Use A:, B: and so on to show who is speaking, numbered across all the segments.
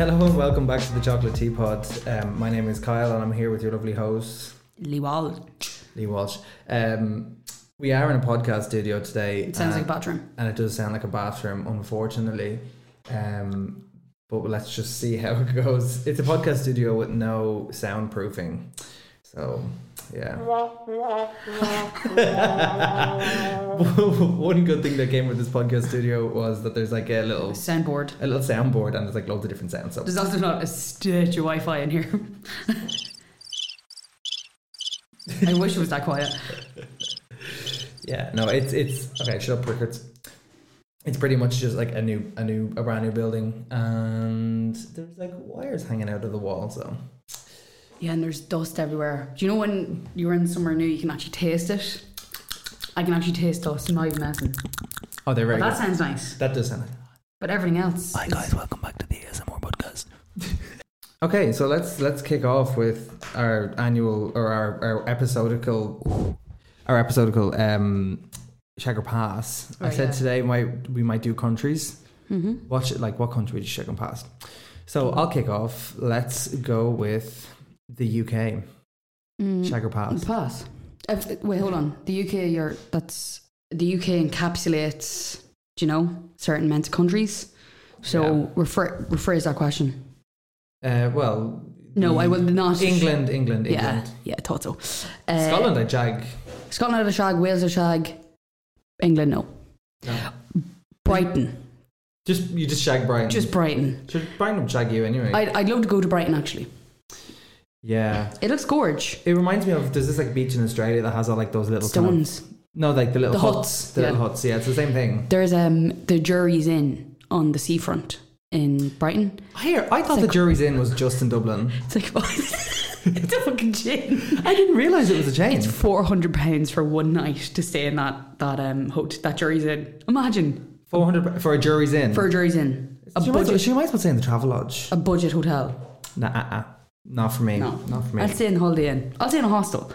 A: Hello and welcome back to the Chocolate Teapot. Um, my name is Kyle and I'm here with your lovely host,
B: Lee Wall.
A: Lee Walsh. Um, we are in a podcast studio today.
B: It sounds
A: and,
B: like a bathroom.
A: and it does sound like a bathroom, unfortunately. Um, but let's just see how it goes. It's a podcast studio with no soundproofing. So, yeah. One good thing that came with this podcast studio was that there's like a little
B: Soundboard.
A: a little soundboard and there's like loads of different sounds. So
B: There's also not a stitch of Wi Fi in here. I wish it was that quiet.
A: Yeah, no, it's it's okay. Shut up, Rickets. It's pretty much just like a new, a new, a brand new building, and there's like wires hanging out of the wall. So
B: Yeah, and there's dust everywhere. Do you know when you're in somewhere new, you can actually taste it? I can actually taste dust. I'm not even messing.
A: oh, they're very
B: Well, that
A: good.
B: sounds nice.
A: That does sound. Like-
B: But everything else. is-
A: welcome back to the ASMR podcast. okay, so let's let's kick off with our annual or our our episodical, our episodical um, Shagger Pass. I
B: Right,
A: said
B: yeah.
A: today might we might do countries.
B: Mm-hmm.
A: Watch it like what country did Chicken pass? So I'll kick off. Let's go with the UK.
B: Mm.
A: Shagger pass.
B: Pass. Uh, wait, hold on. The UK, you're, that's the UK encapsulates, do you know, certain amount of countries. So
A: Yeah.
B: refer, rephrase that question.
A: Uh, well,
B: No,
A: the-
B: I will not.
A: Mm. England, England,
B: Yeah,
A: England.
B: yeah, I thought so. Uh,
A: Scotland, I jag.
B: Scotland had a shag. Wales had a shag. England, no.
A: No.
B: Brighton,
A: Just you just shag Brighton.
B: just Brighton.
A: should Brighton would shag you anyway.
B: I'd, I'd love to go to Brighton actually.
A: yeah.
B: It looks gorge.
A: It reminds me of there's this like beach in Australia that has all like those little kind of-
B: Stones.
A: no, like the little
B: The
A: huts,
B: huts,
A: the little
B: yeah.
A: huts. Yeah, it's the same thing.
B: There's um the jury's inn on the seafront in Brighton.
A: I hear. I thought
B: It's
A: the
B: like-
A: jury's inn was just in Dublin.
B: It's like it's a fucking gin.
A: I didn't realize it was a chain.
B: It's four hundred pounds for one night to stay in that that um hut that jury's in. Imagine
A: Four hundred for a jury's inn.
B: for a jury's inn, a
A: she, might as well,
B: budget
A: she might as well stay in the travel lodge.
B: a budget hotel.
A: Nah, uh, uh, not for me.
B: No,
A: Not for me.
B: I'll stay in Holiday Inn. I'll stay in a hostel.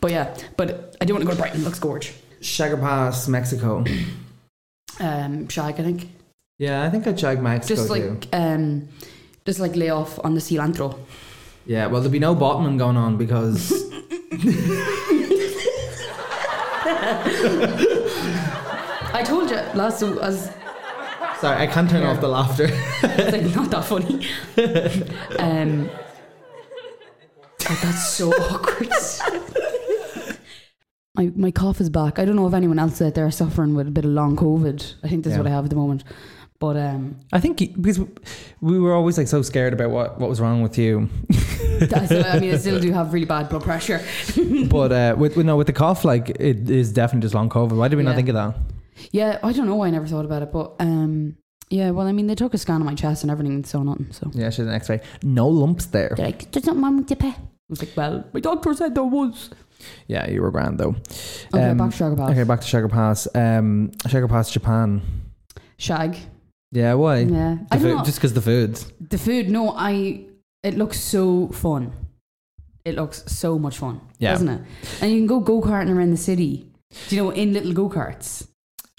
B: But yeah, but I do want to go to Brighton. Looks gorge.
A: Shagger Pass, Mexico.
B: Um, shag, I think.
A: yeah, I think I'd shag Mexico
B: Just
A: too.
B: like um, just like lay off on the cilantro.
A: Yeah, well, there'll be no bottoming going on because.
B: I told you last. I was,
A: sorry, I can't turn off the laughter.
B: it's like not that funny. Um, God, that's so awkward. My, my cough is back. I don't know if anyone else out there is suffering with a bit of long COVID. I think that's
A: Yeah.
B: what I have at the moment. But um,
A: I think because we were always like so scared about what, what was wrong with you,
B: I, still, I mean, I still do have really bad blood pressure.
A: but uh, with with- no with the cough, like it is definitely just long COVID. Why did we not
B: Yeah.
A: think of that?
B: Yeah, I don't know why I never thought about it, but um, yeah. Well, I mean, they took a scan of my chest and everything and saw nothing. So
A: Yeah, she had an X-ray. No lumps there.
B: they're like, "There's nothing wrong with your pet." I was like, "Well, my doctor said there was."
A: Yeah, you were grand though.
B: Okay,
A: Um,
B: back to Sugar Pass.
A: Okay, back to Shagger Pass. Um, Shagger Pass, Japan.
B: Shag.
A: Yeah, why?
B: Yeah,
A: The
B: I don't
A: food-
B: know.
A: just because the food.
B: the food. No, I. It looks so fun. It looks so much fun,
A: Yeah.
B: doesn't it? And you can go go karting around the city. Do you know in little go karts?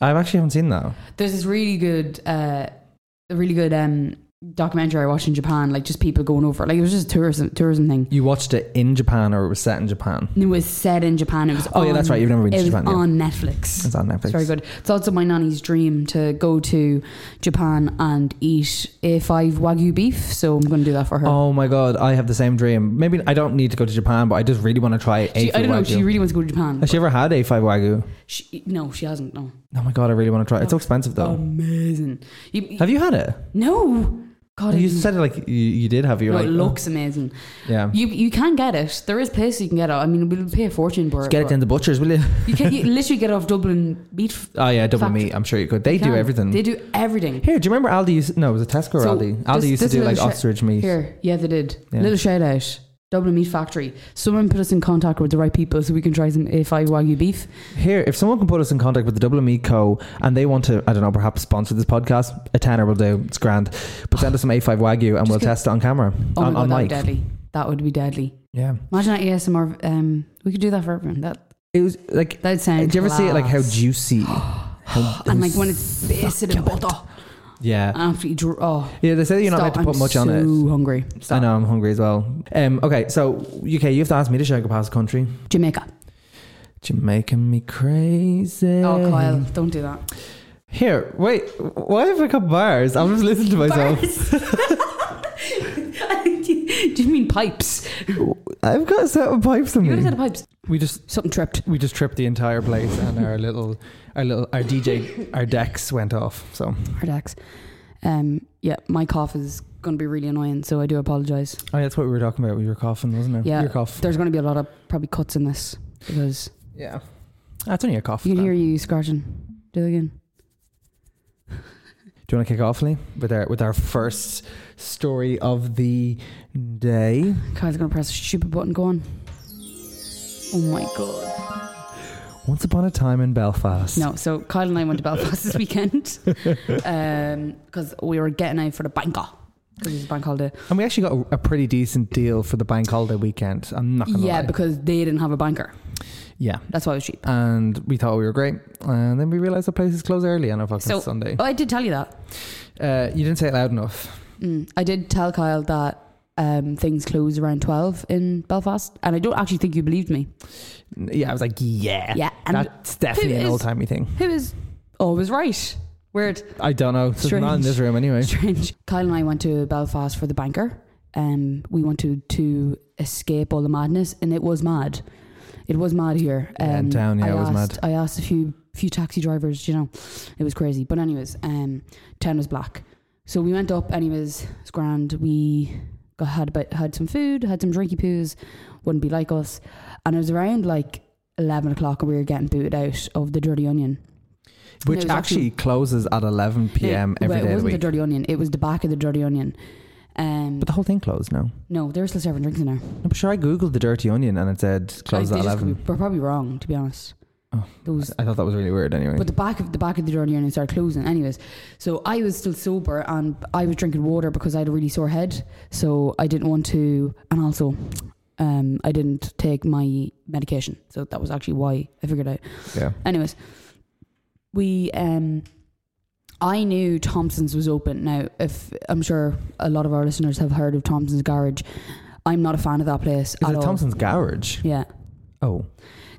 A: I actually haven't seen that.
B: There's this really good, uh, a really good um documentary I watched in Japan. Like just people going over. Like it was just a tourism tourism thing.
A: You watched it in Japan or it was set in Japan?
B: It was set in Japan. It was.
A: Oh, yeah, that's
B: on-
A: right. You've never been to
B: it
A: Japan, yeah.
B: was on Netflix.
A: It's on Netflix.
B: It's very good. It's also my nanny's dream to go to Japan and eat A5 Wagyu beef. So I'm going to do that for her.
A: Oh my god, I have the same dream. Maybe I don't need to go to Japan, but I just really want to try A5
B: she, I don't know.
A: Wagyu.
B: She really wants to go to Japan.
A: Has she ever had A5 Wagyu?
B: She, no, she hasn't. No.
A: Oh my god, I really want to try. it. It's so expensive
B: Oh,
A: though.
B: Amazing. You, you-
A: have you had it?
B: no. God,
A: You
B: it-
A: said it like you, you did have. You
B: no,
A: were
B: it
A: like, oh.
B: looks amazing.
A: yeah.
B: You you can get it. There is places you can get it. I mean, we'll pay a fortune for it.
A: Get it
B: but
A: in the butchers, will you?
B: You can you literally get it off Dublin beef.
A: Oh yeah, double
B: Fact.
A: meat. I'm sure you could. They do
B: can.
A: everything.
B: They do everything.
A: here, do you remember Aldi? Used, no, it was a Tesco or
B: So,
A: Aldi. Aldi
B: this-
A: used to
B: this
A: do like
B: little shit-
A: ostrich meat.
B: Here, yeah, they did.
A: Yeah.
B: Little shout out. Dublin Meat Factory. Someone put us in contact with the right people so we can try some A5 Wagyu beef.
A: Here, if someone can put us in contact with the Dublin Meat Co. and they want to, I don't know, perhaps sponsor this podcast, a tenner will do. It's grand. But send us some A5 Wagyu and we'll
B: get-
A: test it on camera,
B: Oh
A: on, on
B: my god, that would be
A: mic.
B: deadly. That would be deadly.
A: Yeah.
B: Imagine that ASMR. Um, we could do that for everyone. That
A: It was like,
B: that'd sound.
A: did you ever see it like how
B: class.
A: juicy? how,
B: and like when it's basted in butter.
A: Yeah.
B: Absolutely. Dr- oh,
A: Yeah, they say you're not meant
B: stop.
A: to put
B: I'm
A: much
B: so
A: on it.
B: hungry.
A: I
B: Stop.
A: know, I'm hungry as well. Um, okay, so UK, you have to ask me to sugar pass country.
B: Jamaica.
A: Jamaican me crazy.
B: Oh, Kyle, don't do that.
A: Here, wait. Why have I got bars? I'm just listening to myself.
B: Bars. do you mean pipes?
A: I've got a set of pipes in
B: You would
A: me.
B: have said pipes.
A: we just
B: Something tripped.
A: we just tripped the entire place, and our little our little our DJ our decks went off. So
B: Hard axe. Um, yeah, my cough is going to be really annoying, so I do apologise.
A: oh, yeah, that's what we were talking about. We were coughing, wasn't it?
B: Yeah.
A: your cough.
B: There's going to be a lot of probably cuts in this because
A: Yeah, that's only a cough.
B: you can
A: man.
B: hear you scratching. Do it again.
A: Do you want to kick off, Lee, with our with our first story of the day?
B: Kyle's going to press a stupid button. Go on. Oh my god.
A: Once upon a time in Belfast.
B: No, so Kyle and I went to Belfast this weekend because we were getting out for the banker because it's a bank holiday.
A: and we actually got a, a pretty decent deal for the bank holiday weekend. I'm not gonna
B: Yeah,
A: lie.
B: because they didn't have a banker.
A: yeah.
B: That's why it was cheap.
A: and we thought we were great. And then we realized the place is closed early on a fucking
B: So-
A: Sunday.
B: Oh, I did tell you that.
A: Uh, you didn't say it loud enough.
B: Mm, I did tell Kyle that um, things close around 12 in Belfast, and I don't actually think you believed me.
A: N- Yeah, I was like, yeah,
B: Yeah, and
A: that's definitely an
B: is-
A: old timey thing.
B: who is always right? Weird,
A: I don't know. It's not in
B: Strange.
A: this room anyway.
B: strange. Kyle and I went to Belfast for the banker. Um, we wanted to escape all the madness, and it was mad. It was mad here. Um,
A: Yeah, in town, yeah,
B: I
A: it was mad.
B: asked, I asked a few few taxi drivers. You know, it was crazy. But anyways, um, town was black. So we went up. Anyways, it's grand. We got had about had some food, had some drinky poos. Wouldn't be like us. And it was around like eleven o'clock, and we were getting booted out of the Dirty Onion.
A: Which
B: was
A: actually,
B: actually-
A: closes at 11 p.m.
B: No,
A: every day
B: well, it
A: of the
B: wasn't the
A: week.
B: Dirty Onion. It was the back of the Dirty Onion. Um,
A: but the whole thing closed now.
B: no, they were still serving drinks in there.
A: No, but sure, I googled the Dirty Onion and it said closed
B: Like,
A: at
B: they just could
A: 11.
B: be- We're probably wrong, to be honest.
A: Oh.
B: Those,
A: I thought that was really weird anyway.
B: but the back of the back of the Dirty Onion started closing. Anyways, so I was still sober and I was drinking water because I had a really sore head, so I didn't want to, and also. Um, I didn't take my medication, so that was actually why I figured out.
A: yeah.
B: Anyways, we um I knew Thompson's was open. Now, if I'm sure a lot of our listeners have heard of Thompson's Garage. I'm not a fan of that place
A: Is
B: at
A: it
B: all.
A: Thompson's Garage?
B: Yeah.
A: Oh,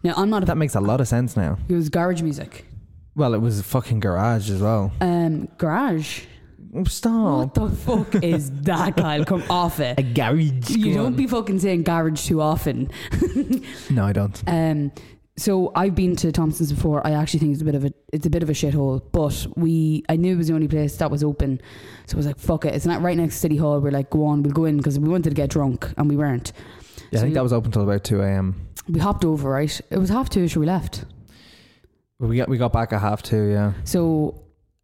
B: Now I'm not a
A: that makes a lot of sense now.
B: it was garage music.
A: Well, it was a fucking garage as well.
B: Um garage.
A: Oh, Stop.
B: What the fuck is that, Kyle? Come off it.
A: A garage.
B: You
A: Go
B: don't
A: on.
B: be fucking saying garage too often.
A: No, I don't.
B: Um, so I've been to Thompson's before. I actually think it's a bit of a it's a bit of a shithole. But we I knew it was the only place that was open, so I was like, "Fuck it!" It's not right next to City Hall. We're like, "Go on, we'll go in" because we wanted to get drunk and we weren't.
A: Yeah, I
B: So
A: think
B: you-
A: that was open till about 2 a.m.
B: We hopped over, right? It was half two, so we left.
A: We got we got back at half two, yeah.
B: So,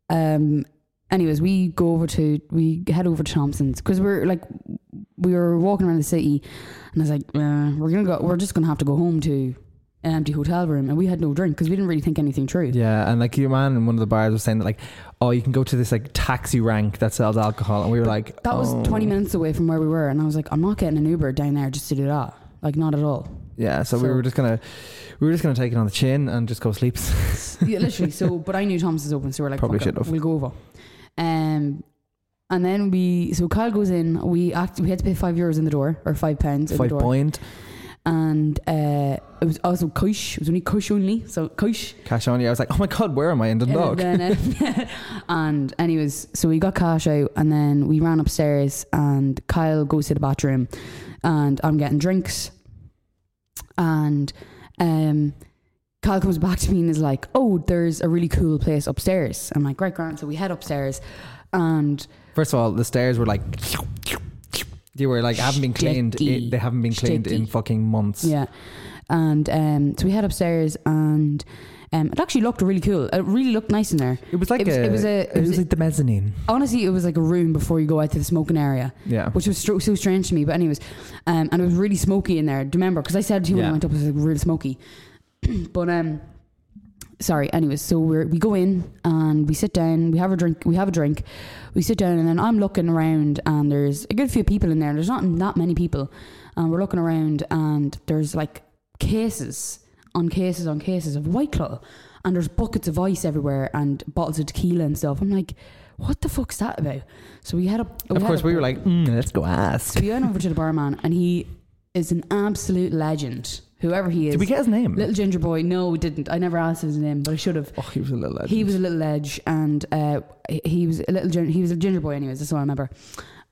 B: um, anyways, we go over to we head over to Thompson's because we're like we were walking around the city, and I was like, uh, "We're gonna go. We're just gonna have to go home to an empty hotel room." And we had no drink because we didn't really think anything through.
A: Yeah, and like your man in one of the bars was saying that like, oh, you can go to this like taxi rank that sells alcohol, and we were like,
B: That was
A: oh.
B: 20 minutes away from where we were, and I was like, I'm not getting an Uber down there just to do that. Like, not at all.
A: Yeah, so, we
B: So-
A: were just gonna we were just gonna take it on the chin and just go sleep.
B: yeah, literally. So, but I knew Thompson's open, so we're like,
A: Probably
B: "Fuck it,
A: should've."
B: we'll go over. Um, and then we, so Kyle goes in. We act, we had to pay five euros in the door or five pounds in
A: Five
B: the door,
A: point
B: and uh, it was also cash. It was only cash only, so cash.
A: cash on you. I was like, oh my god, where am I in Dundalk?
B: And, then, uh, and anyways, so we got cash out, and then we ran upstairs, and Kyle goes to the bathroom, and I'm getting drinks, and um, Kyle comes back to me and is like, "Oh, there's a really cool place upstairs." I'm like, "Right, Grant." So we head upstairs, and
A: First of all, the stairs were like, you were like haven't been cleaned.
B: Sticky.
A: In, they haven't been cleaned in
B: Sticky.
A: fucking months.
B: Yeah. And um, so we head upstairs and um, it actually looked really cool. It really looked nice in there.
A: It was like
B: It was-
A: a,
B: it was a- it was a-
A: like the mezzanine.
B: Honestly, it was like a room before you go out to the smoking area,
A: Yeah,
B: which was stro- so strange to me. But anyways, um, and it was really smoky in there. Do you remember? Because I said to you when
A: Yeah.
B: I went up, it was like real smoky. but um, sorry. Anyways, so we we go in and we sit down. We have a drink. We have a drink. We sit down and then I'm looking around and there's a good few people in there. There's not that many people, and we're looking around and there's like cases on cases on cases of White Claw, and there's buckets of ice everywhere and bottles of tequila and stuff. I'm like, what the fuck's that about? So we head up.
A: of
B: head
A: course,
B: up-
A: we were like, mm, let's go
B: So
A: ask.
B: we went over to the barman, and he is an absolute legend. Whoever he is,
A: Did we get his name?
B: little ginger boy. No, we didn't. I never asked his name, but I should have.
A: oh, he was a little legend.
B: He was a little edge, and uh, he- he was a little. Gin- he was a ginger boy, anyways. That's all I remember.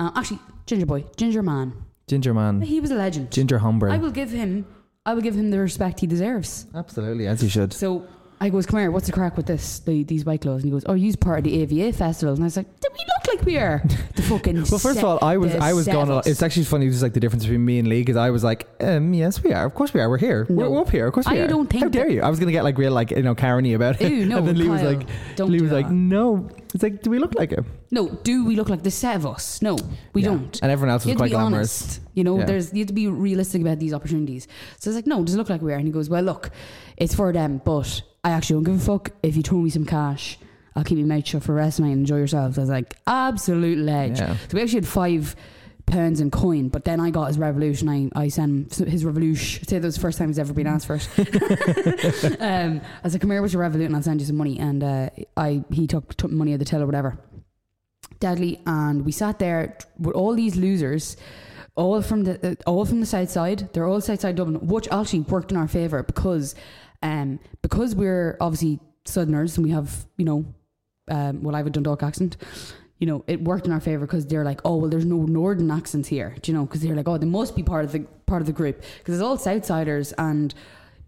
B: Uh, actually, ginger boy, ginger man.
A: ginger man,
B: He was a legend.
A: Hmm. ginger hombre.
B: I will give him. I will give him the respect he deserves.
A: Absolutely, as you should.
B: So I goes, come here. What's the crack with this? The, these white clothes, and he goes, oh, you're part of the AVA festival, and I was like, do we look like we are? The fucking.
A: Well, first
B: set-
A: of all, I was
B: the
A: I was gone. a lot.
B: Sevens.
A: It's actually funny, just like the difference between me and Lee, because I was like, um, yes, we are. Of course, we are. We're here. We're,
B: No.
A: we're up here. Of course, we
B: I
A: are.
B: don't think
A: How dare
B: that-
A: you? I was gonna get like real, like you know, Karen-y about it.
B: Ew, no,
A: and then Lee was
B: Kyle,
A: like,
B: don't
A: Lee
B: do
A: was like,
B: that.
A: no. It's like, do we look like it?
B: No, do we look like the set of us? No, we
A: Yeah.
B: don't.
A: And everyone else
B: You
A: was
B: have
A: quite
B: to be
A: glamorous.
B: honest. You know,
A: Yeah.
B: there's you have to be realistic about these opportunities. So it's like, no, does it look like we are? And he goes, well, look, it's for them, but I actually don't give a fuck if you throw me some cash. I'll keep your mouth shut for the rest of the night and enjoy yourselves. I was like, absolute ledge.
A: Yeah.
B: So we actually had five pounds in coin, but then I got his revolution. I, I sent him his revolution. I'd say that was the first time he's ever been asked for it. um, I was like, come here with your revolution and I'll send you some money. And uh, I he took, took money at the till or whatever. Deadly. And we sat there with all these losers. All from the uh, all from the south side. They're all south side Dublin, which actually worked in our favour because, um, because we're obviously Southerners and we have you know, um, well I have a Dundalk accent, you know, it worked in our favor because they're like, oh well, there's no northern accents here, do you know? Because they're like, oh, they must be part of the part of the group because it's all Southsiders and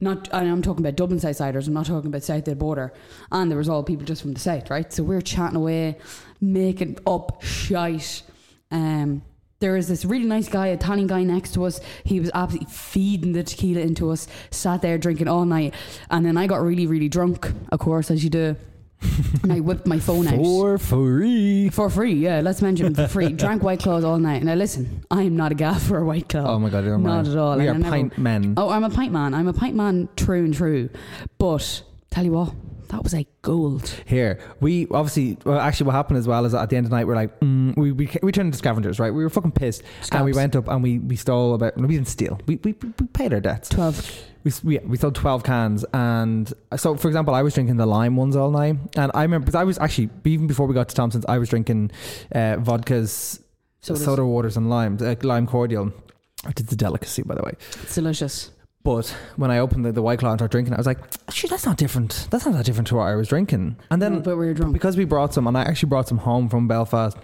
B: not. And I'm talking about Dublin Southsiders. I'm not talking about South of the border. And there was all people just from the south, right? So we we're chatting away, making up shite. Um, there was this really nice guy, Italian guy next to us. He was absolutely feeding the tequila into us. Sat there drinking all night, and then I got really, really drunk, of course, as you do. and I whipped my phone out.
A: For free.
B: For free, yeah. Let's mention for free. Drank White Claws all night. Now listen, I am not a gaff for a White Claw.
A: Oh my god, never
B: Not
A: mind.
B: at all,
A: We
B: and
A: are
B: I never-
A: pint men.
B: oh, I'm a pint man. I'm a pint man, true and true. But tell you what, that was like gold.
A: Here, we obviously, well, actually, what happened as well is at the end of the night, we're like, mm, we, we we turned into scavengers, right? We were fucking pissed, and we
B: Scabs.
A: went up and we we stole about. We didn't steal. We we, we paid our debts.
B: Twelve.
A: We, we, we sold 12 cans and so for example I was drinking the lime ones all night and I remember because I was actually even before we got to Thompson's I was drinking uh, vodkas
B: So it is.
A: soda waters and limes uh, lime cordial which is a delicacy by the way
B: it's delicious.
A: but when I opened the, the white claw and started drinking it, I was like shoot that's not different that's not that different to what I was drinking and then
B: but we were drunk.
A: because we brought some and I actually brought some home from Belfast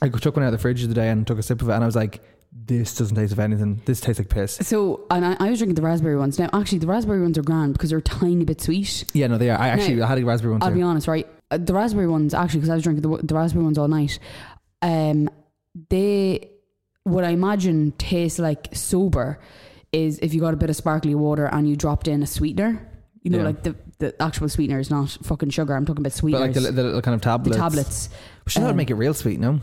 A: I took one out of the fridge today and took a sip of it and I was like this doesn't taste of anything this tastes like piss
B: So and I, I was drinking the raspberry ones. Now actually the raspberry ones are grand because they're a tiny bit sweet.
A: yeah no they are I actually
B: Now,
A: I had a raspberry one
B: I'll be
A: too
B: honest, right? Uh, The raspberry ones, actually, because I was drinking the, the raspberry ones all night. Um, they, what I imagine, taste like sober is if you got a bit of sparkly water and you dropped in a sweetener. You know,
A: Yeah.
B: like the, the actual sweetener is not fucking sugar. I'm talking
A: but
B: about sweeteners.
A: like the, the little kind of
B: the
A: tablets
B: tablets.
A: Should that
B: Um,
A: make it real sweet? No.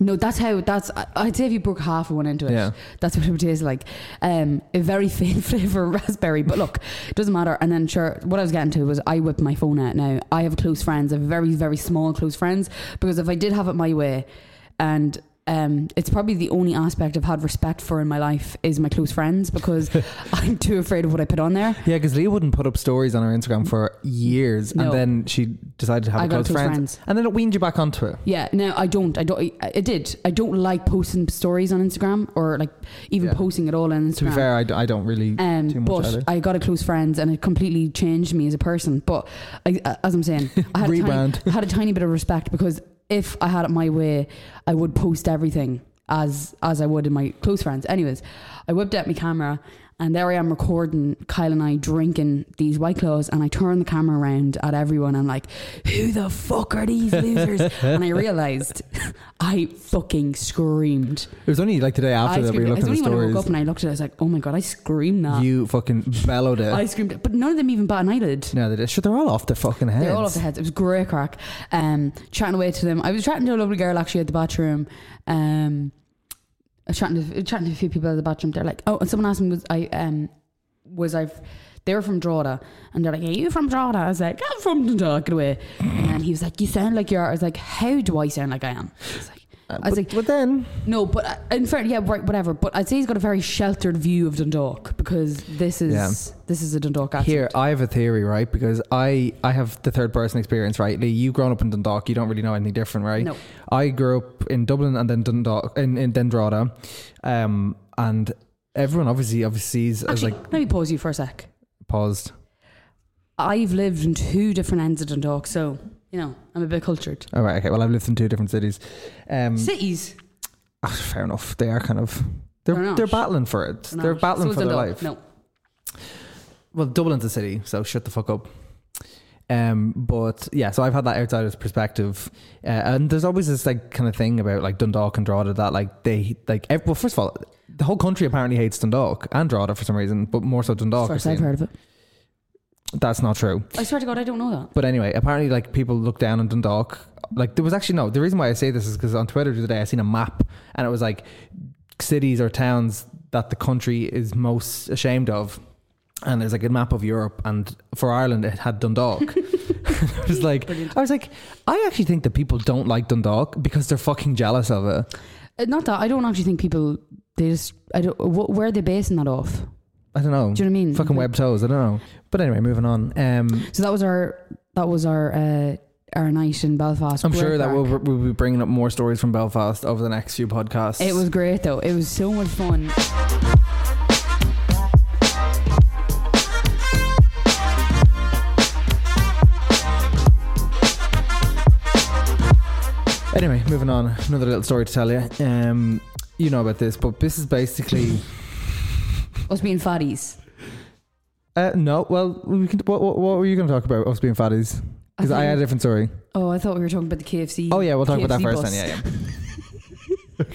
B: No, that's how. That's I- I'd say if you broke half of one into it,
A: Yeah.
B: that's what it would taste like. Um, a very faint flavor of raspberry, but look, it doesn't matter. And then sure, what I was getting to was I whipped my phone out. Now I have close friends, I have very very small close friends, because if I did have it my way, and um, it's probably the only aspect I've had respect for in my life is my close friends because I'm too afraid of what I put on there.
A: Yeah, because Leah wouldn't put up stories on her Instagram for years,
B: No.
A: and then she decided to have
B: I
A: a
B: got
A: close,
B: close
A: friends,
B: friends.
A: and then it weaned you back onto it.
B: Yeah, no, I don't. I don't. I, I did. I don't like posting stories on Instagram or like even
A: Yeah.
B: posting at all on Instagram.
A: To be fair, I, d- I don't really. too
B: Um,
A: much
B: but
A: either.
B: I got a close friends, and it completely changed me as a person. But I, uh, as I'm saying, I had, a tiny,
A: Rebrand.
B: I had a tiny bit of respect because if I had it my way, I would post everything as as I would in my close friends. Anyways, I whipped out my camera, and there I am recording Kyle and I drinking these white claws, and I turn the camera around at everyone. I'm like, "Who the fuck are these losers?" and I realized I fucking screamed.
A: it was only like the day after
B: I
A: that we were
B: screamed. It's
A: looking at
B: only
A: the
B: when I
A: stories.
B: woke up and I looked at it, I was like, "Oh my god, I screamed that."
A: You fucking bellowed it.
B: I screamed, but none of them even bat an eyelid.
A: no, they did. Sure, they're all off their fucking heads.
B: They're all off the heads. It was great crack. Um, chatting away to them. I was chatting to a lovely girl actually at the bathroom. Um, I was chatting to chatting to a few people at the bathroom. They're like, oh, and someone asked me was I um was I they were from Drogheda and they're like, are you from Drogheda? I was like, I'm from Dundalk away. And he was like, you sound like you are. I was like, how do I sound like I am? He's like,
A: Uh,
B: I was
A: but,
B: like-
A: but then
B: No, but uh, in fairness, yeah, right, whatever. But I'd say he's got a very sheltered view of Dundalk because this is
A: Yeah.
B: this is a Dundalk accent.
A: here I have a theory, right? Because I I have the third person experience, right? Lee, you grown up in Dundalk, you don't really know anything different, right?
B: No.
A: I grew up in Dublin and then Dundalk in, in Dendrata, um, and everyone obviously obviously sees as
B: Actually,
A: like
B: let me pause you for a sec.
A: paused.
B: I've lived in two different ends of Dundalk, so you know I'm a bit cultured.
A: All Oh, right, okay. Well, I've lived in two different cities. Um,
B: Cities,
A: ah, fair enough. They are kind of
B: They're
A: they're
B: not.
A: they're battling for it.
B: No,
A: They're battling
B: so is
A: for their life.
B: Dundalk. No,
A: Well, Dublin's a city, so shut the fuck up. Um, but yeah, so I've had that outsider's perspective, uh, and there's always this like kind of thing about like Dundalk and Drogheda that like they like ev- well, first of all, the whole country apparently hates Dundalk and Drogheda for some reason, but more so Dundalk.
B: first
A: we're
B: I've
A: seeing.
B: heard of it.
A: That's not true.
B: I swear to God, I don't know that.
A: But anyway, apparently, like people look down on Dundalk. Like there was actually no. The reason why I say this is because on Twitter the other day I seen a map, and it was like cities or towns that the country is most ashamed of. And there's like a map of Europe, and for Ireland it had Dundalk. I was like, I was like, I actually think that people don't like Dundalk because they're fucking jealous of it.
B: Uh, Not that I don't actually think people. They just I don't. Wh- where are they basing that off?
A: I don't know,
B: Do you know what I mean?
A: fucking
B: Like,
A: web toes. I don't know. But anyway, moving on. Um,
B: So that was our that was our uh, our night in Belfast.
A: I'm
B: We're
A: sure that
B: back.
A: we'll, we'll be bringing up more stories from Belfast over the next few podcasts.
B: It was great though. It was so much fun.
A: Anyway, moving on. Another little story to tell you. Um, you know about this, but this is basically
B: Us being fatties.
A: uh, no. Well, we can. What, what, what were you going to talk about? Us being fatties? Because I, had a different story.
B: Oh, I thought we were talking about the KFC.
A: Oh yeah, we'll talk about that
B: KFC
A: first
B: bus.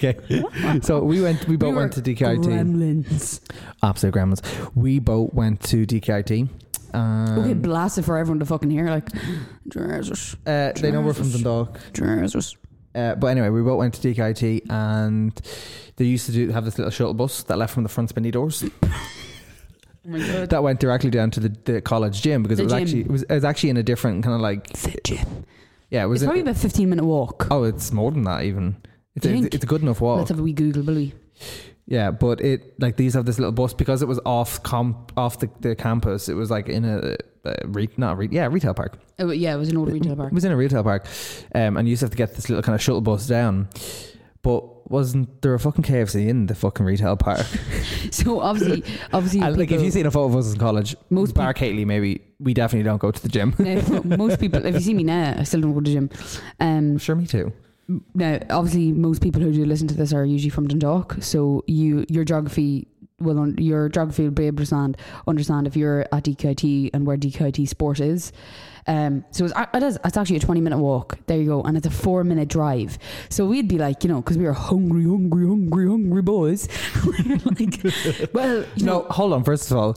A: then. Yeah, yeah. okay. So we went. We both
B: We
A: went
B: were
A: to DKIT.
B: Gremlins.
A: Absolute gremlins. We both went to DKIT. Um,
B: okay, blast it for everyone to fucking hear. Like, Jesus,
A: uh, they know we're from
B: Jesus.
A: Dundalk.
B: Jesus.
A: Uh, but anyway, we both went to DKIT, and they used to do have this little shuttle bus that left from the front spinny doors.
B: Oh my god.
A: that went directly down to the, the college gym because
B: The
A: it was
B: gym.
A: actually it was, it was actually in a different kind of like
B: Fit gym.
A: yeah it
B: It's
A: was in-
B: probably about fifteen minute walk.
A: oh it's more than that even it's,
B: Do you
A: it's,
B: think?
A: it's a good enough walk
B: Let's have a wee Google, will we?
A: yeah but it like these have this little bus because it was off comp off the, the campus it was like in a, uh re, not re, yeah retail park
B: Oh yeah, it was an old retail park.
A: It was in a retail park, um, and you used to have to get this little kind of shuttle bus down. But wasn't there a fucking KFC in the fucking retail park?
B: So obviously, obviously,
A: And, like if
B: people-
A: you've seen a photo of us in college,
B: Most
A: most bar Kately maybe we definitely don't go to the gym.
B: No, most people, if you see me now, I still don't go to the gym. Um,
A: sure, me too.
B: now, obviously, most people who do listen to this are usually from Dundalk, so you your geography will un- your geography will be able to understand, understand if you're at DKIT and where DKIT Sport is. Um, so it's, it is, it's actually a 20 minute walk. There you go. And it's a four minute drive. So we'd be like, you know, because we were hungry, hungry, hungry, hungry boys. we were like, well, you
A: No,
B: know,
A: hold on. First of all,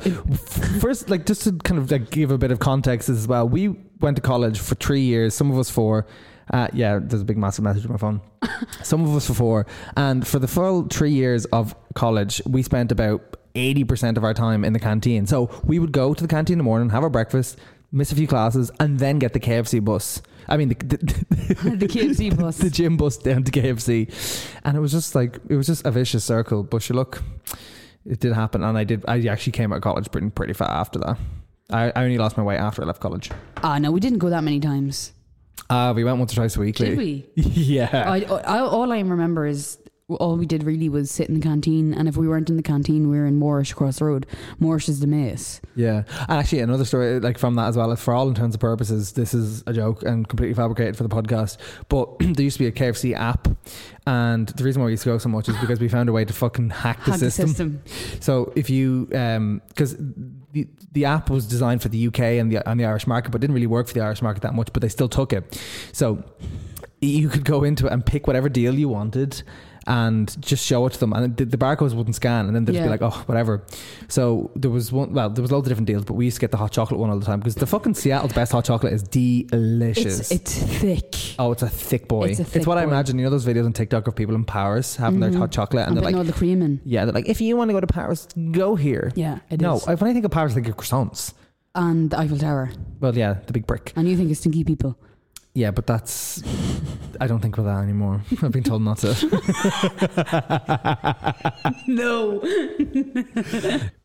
A: first, like just to kind of like give a bit of context as well, we went to college for three years. Some of us four. Uh, yeah, there's a big massive message on my phone. some of us for four, and for the full three years of college, we spent about eighty percent of our time in the canteen. So we would go to the canteen in the morning, have our breakfast, miss a few classes, and then get the KFC bus. I mean, the, the,
B: the KFC bus.
A: the gym bus down to KFC, and it was just like it was just a vicious circle. But you look, it did happen, and I did. I actually came out of college pretty pretty fat after that. I, I only lost my weight after I left college.
B: ah, no, we didn't go that many times.
A: Uh, we went once or twice weekly.
B: Did we? Oh,
A: yeah.
B: I, I, all I remember is all we did really was sit in the canteen, and if we weren't in the canteen, we were in Moorish across the road. Moorish is the mace.
A: Yeah. And actually, another story like from that as well. For all intents and purposes, this is a joke and completely fabricated for the podcast. But there used to be a KFC app, and the reason why we used to go so much is because we found a way to fucking hack the
B: Had
A: system. So if you, because the the app was designed for the UK and the and the Irish market, but didn't really work for the Irish market that much. But they still took it. So you could go into it and pick whatever deal you wanted. And just show it to them, and the, the barcodes wouldn't scan, and then they'd just be
B: Yeah.
A: like, "Oh, whatever." So there was one. Well, there was loads of different deals, but we used to get the hot chocolate one all the time because the fucking Seattle's best hot chocolate is delicious.
B: It's, it's thick.
A: oh, it's a thick boy.
B: It's
A: It's,
B: a thick
A: what I
B: boy.
A: imagine. You know those videos on TikTok of people in Paris having
B: Mhm.
A: their hot chocolate,
B: I'm
A: and they're
B: putting
A: like,
B: all the cream in.
A: yeah, they're like, if you want to go to Paris, go here.
B: Yeah, it is.
A: no, I- when I think of Paris, I think of croissants.
B: and the Eiffel Tower.
A: Well, yeah, the big brick.
B: And you think it's stinky people.
A: Yeah, but that's. I don't think of that anymore. I've been told not to.
B: No.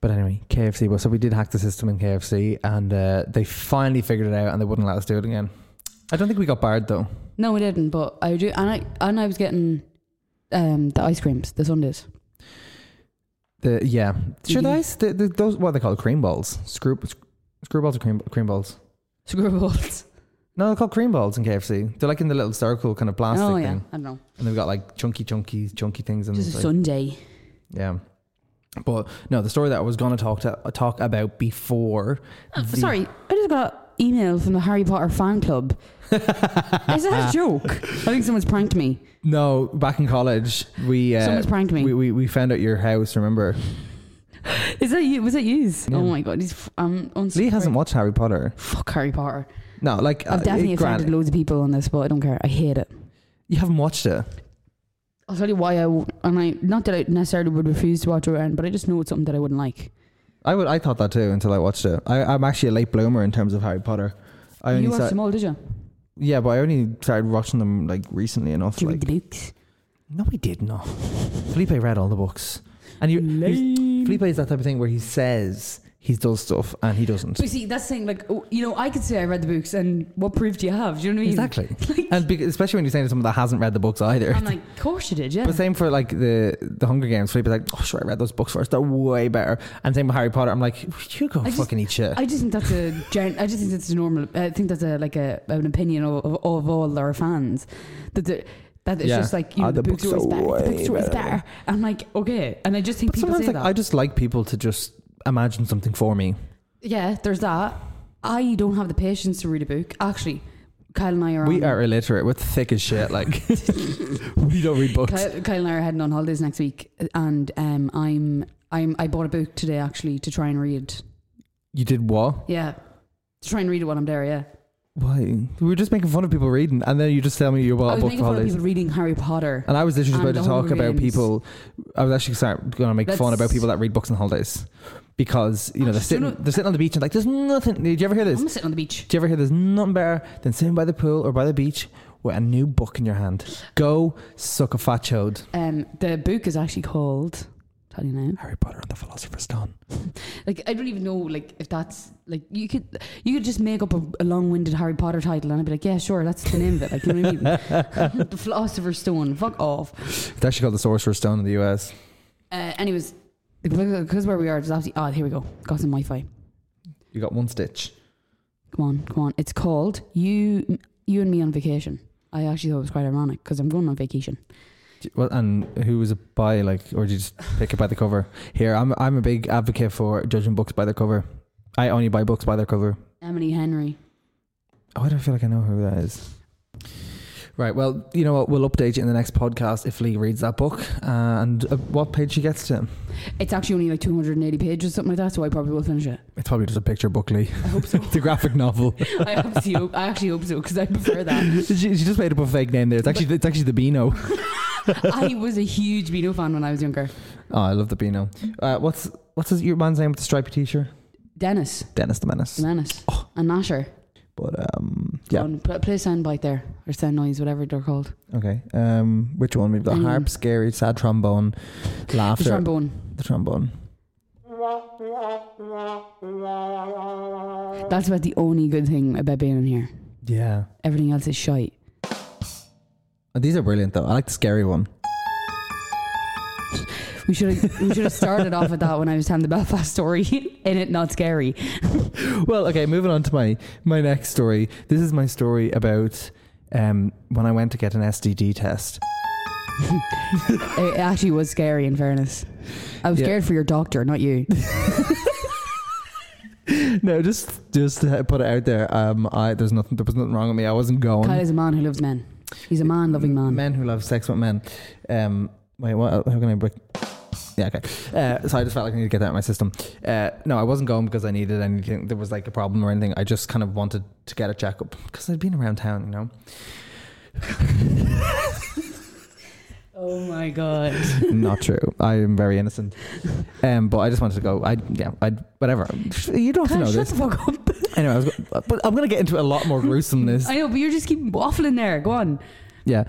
A: but anyway, KFC. Well, so we did hack the system in KFC, and uh, they finally figured it out, and they wouldn't let us do it again. I don't think we got barred though.
B: No, we didn't. But I do, and I and I was getting um, the ice creams, the sundaes.
A: The yeah, sure.
B: Mhm.
A: The ice, the, the, those what are they called cream balls, screw sc- screw balls or cream cream balls.
B: Screwballs.
A: No, they're called cream balls in KFC. They're like in the little circle kind of plastic
B: Oh
A: thing,
B: yeah, I don't know.
A: and they've got like chunky, chunky, chunky things in
B: Just a
A: them.
B: Sunday.
A: Yeah. But no, the story that I was going to talk to talk about before.
B: Oh,
A: the-
B: sorry, I just got email from the Harry Potter fan club. Is that a joke? I think someone's pranked me.
A: No, back in college, we uh,
B: someone's pranked me.
A: we, we we found out your house. Remember,
B: Is that you? Was that yous?
A: Yeah.
B: Oh my god, he's f- um. on
A: Lee hasn't watched Harry Potter.
B: Fuck Harry Potter.
A: No, like
B: I've
A: uh,
B: definitely
A: Grant,
B: offended loads of people on this, but I don't care. I hate it.
A: you haven't watched it.
B: I'll tell you why I w- and I not that I necessarily would refuse to watch it around, but I just know it's something that I wouldn't like.
A: I would. I thought that too until I watched it. I, I'm actually a late bloomer in terms of Harry Potter. I only
B: you watched
A: sa-
B: them all, did you?
A: yeah, but I only started watching them like recently enough.
B: Did you read
A: Like,
B: the books?
A: no, we did not. Felipe read all the books, and you. he's-
B: Lame.
A: Felipe is that type of thing where he says he does stuff and he doesn't.
B: But see, that's the thing. Like, oh, you know, I could say I read the books, and what proof do you have? Do you know what I mean?
A: Exactly,
B: Like,
A: and because, especially when you're saying to someone that hasn't read the books either.
B: I'm like, of course you did, yeah.
A: But same for like the the Hunger Games. Felipe's like, oh sure, I read those books first. They're way better. And same with Harry Potter. I'm like, you go
B: I just-
A: fucking eat shit.
B: I just think that's a gen- I just think that's a normal. I think that's a like a an opinion of, of, of all our fans that the, that it's
A: Yeah.
B: just like you
A: Ah,
B: know,
A: the
B: the, books
A: books are
B: are always better. The
A: way
B: books are always
A: better.
B: better. I'm like okay, and I just think
A: but
B: people
A: sometimes
B: say
A: like,
B: that.
A: I just like people to just imagine something for me.
B: yeah, there's that. I don't have the patience to read a book. Actually, Kyle and I are.
A: We
B: on-
A: are illiterate. We're thick as shit. Like we don't read books.
B: Kyle, Kyle and I are heading on holidays next week, and um, I'm I'm I bought a book today actually to try and read.
A: You did what?
B: Yeah, to try and read it while I'm there. Yeah,
A: Why? We were just making fun of people reading, and then you just tell me you
B: I
A: bought a
B: was
A: book
B: making
A: for
B: fun of
A: holidays.
B: people reading Harry Potter.
A: And I was literally just
B: And
A: about to
B: the
A: talk
B: Hunger
A: about
B: Games.
A: people. I was actually start going to make fun
B: That's-
A: about people that read books on holidays because you know they're
B: Actually, do you
A: sitting
B: know-
A: they're sitting on the beach and like there's nothing. Did you ever hear this?
B: I'm sitting on the beach.
A: Do you ever hear there's nothing better than sitting by the pool or by the beach with a new book in your hand? Go suck a fat chode.
B: Um, the book is actually called. Tell you now.
A: Harry Potter and the Philosopher's Stone.
B: Like I don't even know like if that's like you could you could just make up a, a long-winded Harry Potter title and I'd be like yeah sure that's the name of it like you know what I mean the Philosopher's Stone fuck off.
A: It's actually called the Sorcerer's Stone in the US.
B: Uh, anyways, because where we are is absolutely oh here we go got some Wi-Fi.
A: You got one stitch.
B: Come on come on it's called you you and me on vacation. I actually thought it was quite ironic because I'm going on vacation.
A: D- Well, and who was it by? Like, or did you just pick it by the cover? Here, I'm I'm a big advocate for judging books by their cover. I only buy books by their cover.
B: Emily Henry.
A: Oh, I don't feel like I know who that is. Right. Well, you know what? We'll update you in the next podcast if Lee reads that book and uh, what page she gets to.
B: It's actually only like 280 pages something like that so I probably will finish it.
A: It's probably just a picture book, Lee.
B: I hope so.
A: It's a graphic novel.
B: I, obviously hope, I actually hope so because I prefer that.
A: she, she just made up a fake name there. It's actually it's actually the Beano.
B: I was a huge Beano fan when I was younger.
A: Oh, I love the Beano. Uh, what's what's his, your man's name with the stripy t-shirt?
B: Dennis,
A: Dennis the Menace.
B: the Menace, and Nasher.
A: But um, Oh. yeah,
B: Go on, pl- play a soundbite there or sound noise, whatever they're called.
A: okay. Um, which one we've got?
B: Um,
A: Harp, scary, sad trombone,
B: The
A: laughter.
B: trombone.
A: the trombone.
B: That's about the only good thing about being in here.
A: Yeah,
B: Everything else is shite.
A: And Oh, these are brilliant though. I like the scary one.
B: We should have we should have started off with that when I was telling the Belfast story. in it, not scary.
A: Well, okay, moving on to my my next story. This is my story about um, when I went to get an STD test.
B: It actually was scary. In fairness, I was
A: Yeah.
B: scared for your doctor, not you.
A: No, just just to put it out there. Um, I there's nothing there was nothing wrong with me. I wasn't going.
B: Kyle is a man who loves men. He's a man-loving man.
A: Men who love sex with men. Um, wait, what? How can I break? Yeah, okay. Uh, so I just felt like I need to get that out of my system. Uh, no, I wasn't going because I needed anything. There was like a problem or anything. I just kind of wanted to get a checkup because I'd been around town, you know.
B: Oh my god.
A: Not true. I am very innocent. Um, but I just wanted to go. I yeah. I whatever. You don't have to
B: Kyle,
A: know
B: shut
A: this.
B: the fuck up.
A: Anyway, I was go- but I'm going to get into a lot more gruesomeness.
B: I know, but you're just keeping waffling there. Go on.
A: Yeah.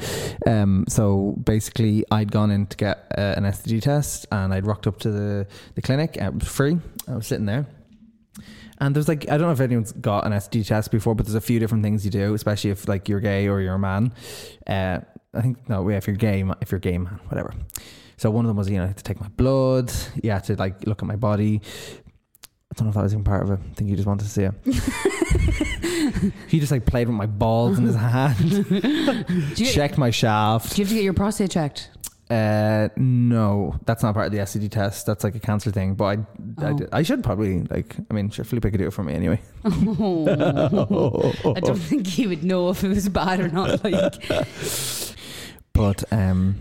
A: Um, so basically, I'd gone in to get uh, an STD test, and I'd rocked up to the the clinic. and It was free. I was sitting there, and there's like I don't know if anyone's got an STD test before, but there's a few different things you do, especially if like you're gay or you're a man. Uh, I think no, yeah, if you're gay, ma- if you're gay man, whatever. So one of them was you know I had to take my blood. You had to like look at my body. I don't know if that was even part of it. I think he just wanted to see it. he just like played with my balls in his hand
B: Do you,
A: checked my shaft.
B: do you have to get your prostate checked?
A: Uh, no, that's not part of the STD test. That's like a cancer thing. But I, I,
B: Oh.
A: did- I should probably like. I mean, sure, Felipe could do it for me anyway. Oh.
B: I don't think he would know if it was bad or not. Like,
A: But um,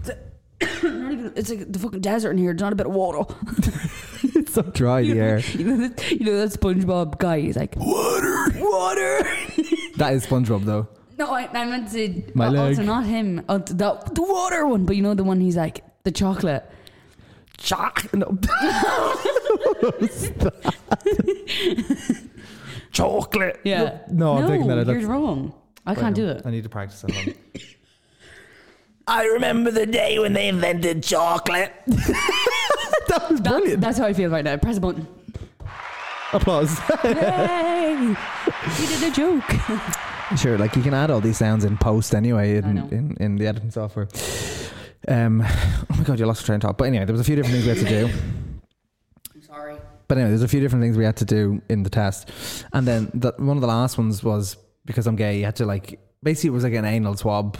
B: not even, it's like the fucking desert in here. It's not a bit of water.
A: it's so dry
B: You
A: the
B: know-
A: air.
B: You know, that, you know that SpongeBob guy. He's like, water, water.
A: That is SpongeBob though.
B: no, I, I meant to say
A: My
B: uh, also
A: leg.
B: not him. Uh, the, the water one, but you know the one he's like the chocolate.
A: Chalk. No. Chocolate.
B: Yeah.
A: No, I'm thinking that I-
B: you're wrong. I
A: Wait,
B: can't
A: no,
B: do it.
A: I need to practice that. one.
C: I remember the day when they invented chocolate.
A: that was
B: That's,
A: brilliant.
B: that's how I feel right now. Press a button.
A: Applause.
B: Yay! you did a joke.
A: Sure, like you can add all these sounds in post anyway
B: I
A: in,
B: know.
A: in, in the editing software. Um, oh my god, you lost your train of thought. But anyway, there was a few different things we had to do.
B: I'm sorry.
A: But anyway, there's a few different things we had to do in the test, and then the, one of the last ones was because I'm gay, you had to like basically it was like an anal swab,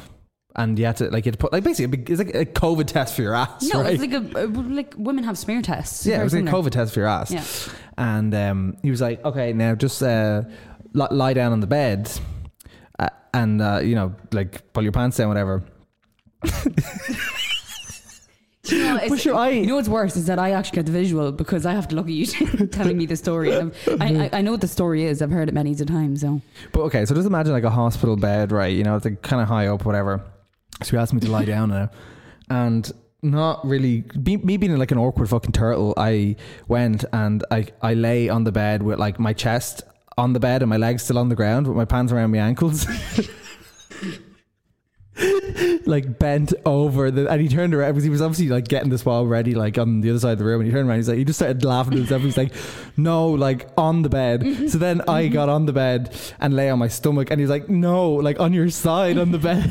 A: and you had to like you had to put like basically it'd be- it's like a COVID test for your ass,
B: No,
A: right?
B: it's like a, uh, like women have smear tests.
A: yeah, it
B: Very
A: was like a
B: similar.
A: COVID test for your ass.
B: Yeah.
A: And um, he was like, okay, now just uh, li- lie down on the bed uh, and, uh, you know, like pull your pants down, whatever.
B: Do You know, it's-
A: Push your eye.
B: you know what's worse is that I actually get the visual because I have to look at you two telling me the story. And I'm- I, I, I know what the story is. I've heard it many a time. So
A: But okay, so just imagine like a hospital bed, right? You know, it's like kind of high up, whatever. So he asked me to lie down now, and not really be, me being like an awkward fucking turtle. I went and I I lay on the bed with like my chest on the bed and my legs still on the ground with my pants around my ankles. like bent over the, and he turned around because he was obviously like getting this wall ready like on the other side of the room and he turned around he's like he just started laughing to himself he's like no like on the
B: Mm-hmm.
A: bed so then I got on the bed and lay on my stomach and he's like no like on your side on the bed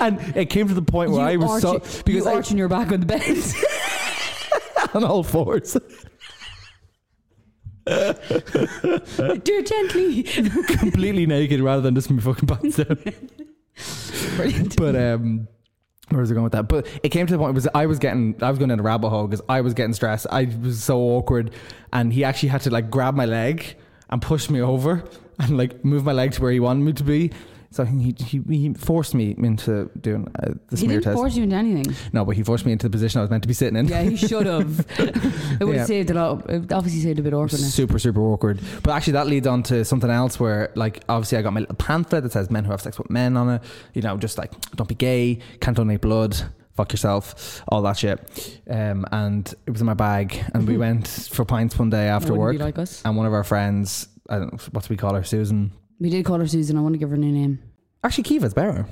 A: and it came to the point where I
B: you
A: was so
B: arch-
A: because
B: you
A: I
B: arching your back on the bed.
A: on all fours
B: Do it gently.
A: completely naked rather than just my fucking pants down
B: Brilliant.
A: but um where was I going with that? But it came to the point was I was getting I was going down a rabbit hole because I was getting stressed. I was so awkward, and he actually had to like grab my leg and push me over and like move my leg to where he wanted me to be. So he he, he forced me into doing uh, the
B: He
A: smear
B: didn't
A: test.
B: force you into anything.
A: no, but he forced me into the position I was meant to be sitting in.
B: Yeah, he should have. It would
A: Yeah.
B: have saved a lot. It obviously saved a bit of awkwardness.
A: Super, super awkward. But actually, that leads on to something else where, like, obviously, I got my little pamphlet that says men who have sex with men on it. You know, just like, don't be gay, can't donate blood, fuck yourself, all that shit. Um, and it was in my bag. And
B: Mm-hmm.
A: we went for pints one day after
B: Wouldn't
A: work.
B: be like us.
A: and one of our friends, I don't know, what do we call her? Susan.
B: We did call her Susan. I want to give her a new name.
A: Actually, Kiva's better.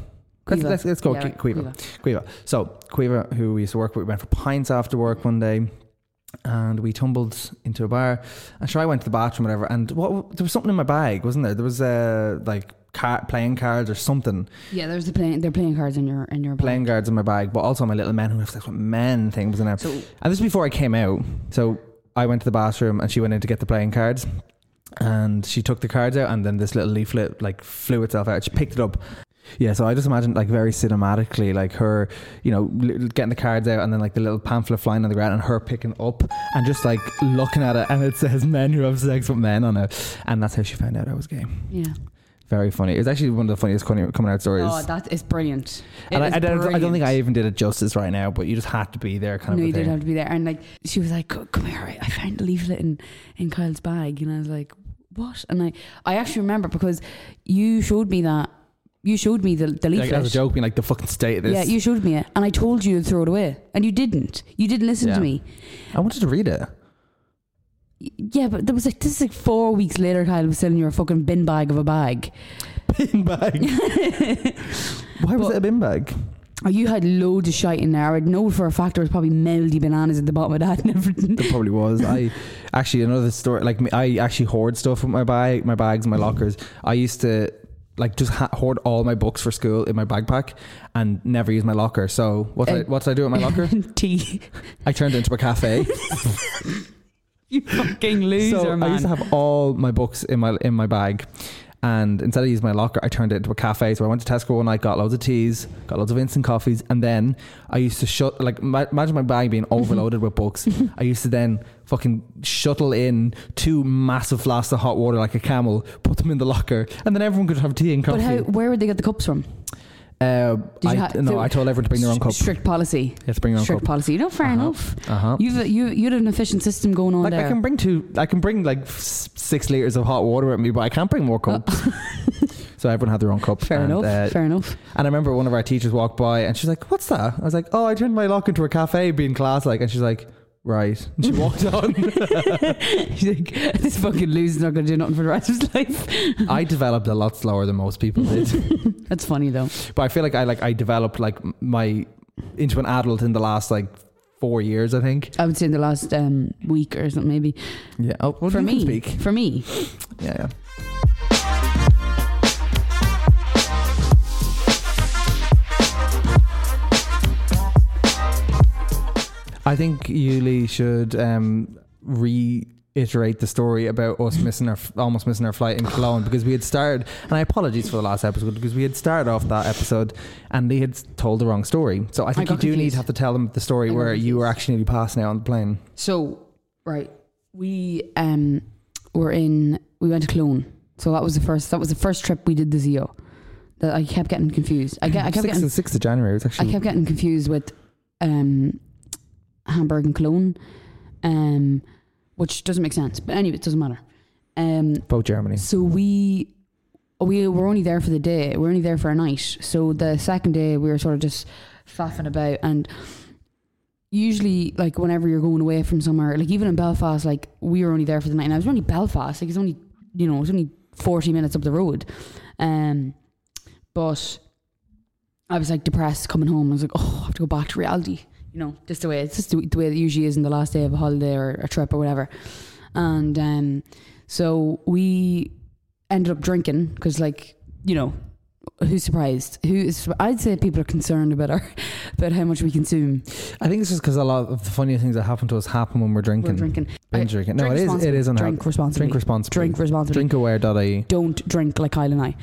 A: Let's,
B: Cueva.
A: let's, let's go,
B: Yeah,
A: Ki-
B: right,
A: Cueva.
B: Cueva.
A: Quiva. So Quiva, who we used to work with, went for pints after work one day, and we tumbled into a bar. And sure, I went to the bathroom, whatever. And what there was something in my bag, wasn't there? There was uh, like car, playing cards or something,
B: Yeah, there's the playing. They're playing cards in your in your bag.
A: playing cards in my bag, but also my little men who have sex with men thing was in there.
B: So
A: And this was before I came out, so I went to the bathroom and she went in to get the playing cards. And she took the cards out, and then this little leaflet like flew itself out. She picked it up. Yeah, so I just imagined like very cinematically, like her, you know, li- getting the cards out, and then like the little pamphlet flying on the ground, and her picking up and just like looking at it, and it says "men who have sex with men" on it, and that's how she found out I was gay.
B: yeah.
A: Very funny. It was actually one of the funniest coming coming out stories.
B: Oh, that is brilliant. It
A: and I,
B: is
A: I don't, I don't think
B: brilliant.
A: I even did it justice right now, but you just had to be there, kind
B: no,
A: of. a
B: you did
A: thing.
B: have to be there. And like, she was like, "Co- "Come here, I- I found a leaflet in in Kyle's bag," and I was like, "What?" And I, I actually remember because you showed me that you showed me the, the
A: like,
B: leaflet.
A: as a joke, being like the fucking state of this.
B: yeah, you showed me it, and I told you to throw it away, and you didn't. You didn't listen
A: Yeah.
B: to me.
A: I wanted to read it.
B: yeah, but there was like this is like four weeks later. Kyle was selling you a fucking bin bag of a bag.
A: bin bag. Why was
B: But-
A: it a bin bag?
B: Oh, you had loads of shite in there. I'd know for a fact there was probably meldy bananas at the bottom of that and everything.
A: There probably was. I actually another story. Like me- I actually hoard stuff with my bag, my bags, my lockers. I used to like just ha- hoard all my books for school in my backpack and never use my locker. So what I,
B: Uh,
A: what did I do with my locker?
B: Tea.
A: I turned it into a cafe.
B: You fucking loser,
A: so I
B: man.
A: used to have all my books in my in my bag. And instead of using my locker, I turned it into a cafe. So I went to Tesco one night, got loads of teas, got loads of instant coffees, and then I used to shut like ma- imagine my bag being overloaded with books. I used to then fucking shuttle in two massive flasks of hot water like a camel, put them in the locker, and then everyone could have tea and
B: but how,
A: coffee.
B: where would they get the cups from?
A: uh,
B: Did
A: I,
B: you ha-
A: no,
B: so-
A: I told everyone to bring their own cup.
B: Strict policy.
A: Yes, bring your own
B: Strict
A: cup.
B: policy. You know, fair
A: Uh-huh.
B: enough.
A: Uh huh.
B: You've you you'd an efficient system going on
A: Like
B: there.
A: I can bring two, I can bring like s- six liters of hot water with me, but I can't bring more cups. so everyone had their own cup.
B: fair
A: and,
B: enough.
A: uh,
B: fair enough.
A: and I remember one of our teachers walked by and she's like, "What's that?" I was like, "Oh, I turned my lock into a cafe, being class like." And she's like, "Right." And she walked on.
B: He's like, this fucking loser's not going to do nothing for the rest of his life.
A: I developed a lot slower than most people did,
B: That's funny though.
A: but I feel like I like I developed like m- my into an adult in the last like four years, I think.
B: I would say in the last um, week or something, maybe.
A: Yeah. Oh, well,
B: for
A: you can
B: me,
A: speak.
B: for me,
A: Yeah, yeah. I think Yuli should um, reiterate the story about us missing our almost missing our flight in Cologne because we had started and I apologies for the last episode because we had started off that episode and they had told the wrong story. So I think
B: got
A: you do need
B: confused.
A: to have to tell them the story
B: I got
A: where you were
B: confused.
A: actually nearly passing out on the plane.
B: So, right, we um were in we went to Cologne. So that was the first that was the first trip we did this year. That I kept getting confused. I, get, I kept
A: sixth
B: getting
A: and sixth of January. It was
B: I
A: actually
B: kept getting confused with um Hamburg and Cologne, um which doesn't make sense. But anyway, it doesn't matter. Um,
A: both Germany.
B: so we we were only there for the day. We were only there for a night. So the second day we were sort of just faffing about and usually like whenever you're going away from somewhere, like even in Belfast, like we were only there for the night and I was only Belfast, like it's only you know, it's only forty minutes up the road. Um but I was like depressed coming home. I was like, Oh, I have to go back to reality. You know, just the way it's just the, the way it usually is in the last day of a holiday or a trip or whatever. And um so we ended up drinking because, like, you know, who's surprised? Who is? I'd say people are concerned about our about how much we consume.
A: I think it's just because a lot of the funniest things that happen to us happen when we're drinking.
B: We're drinking.
A: Binge
B: I-
A: drinking. No,
B: drink
A: it is. It
B: responsibly.
A: is unhealthy.
B: Drink responsibly.
A: Drink responsibly.
B: Drink responsibly.
A: Drinkaware.ie.
B: Don't drink like Kyle and I.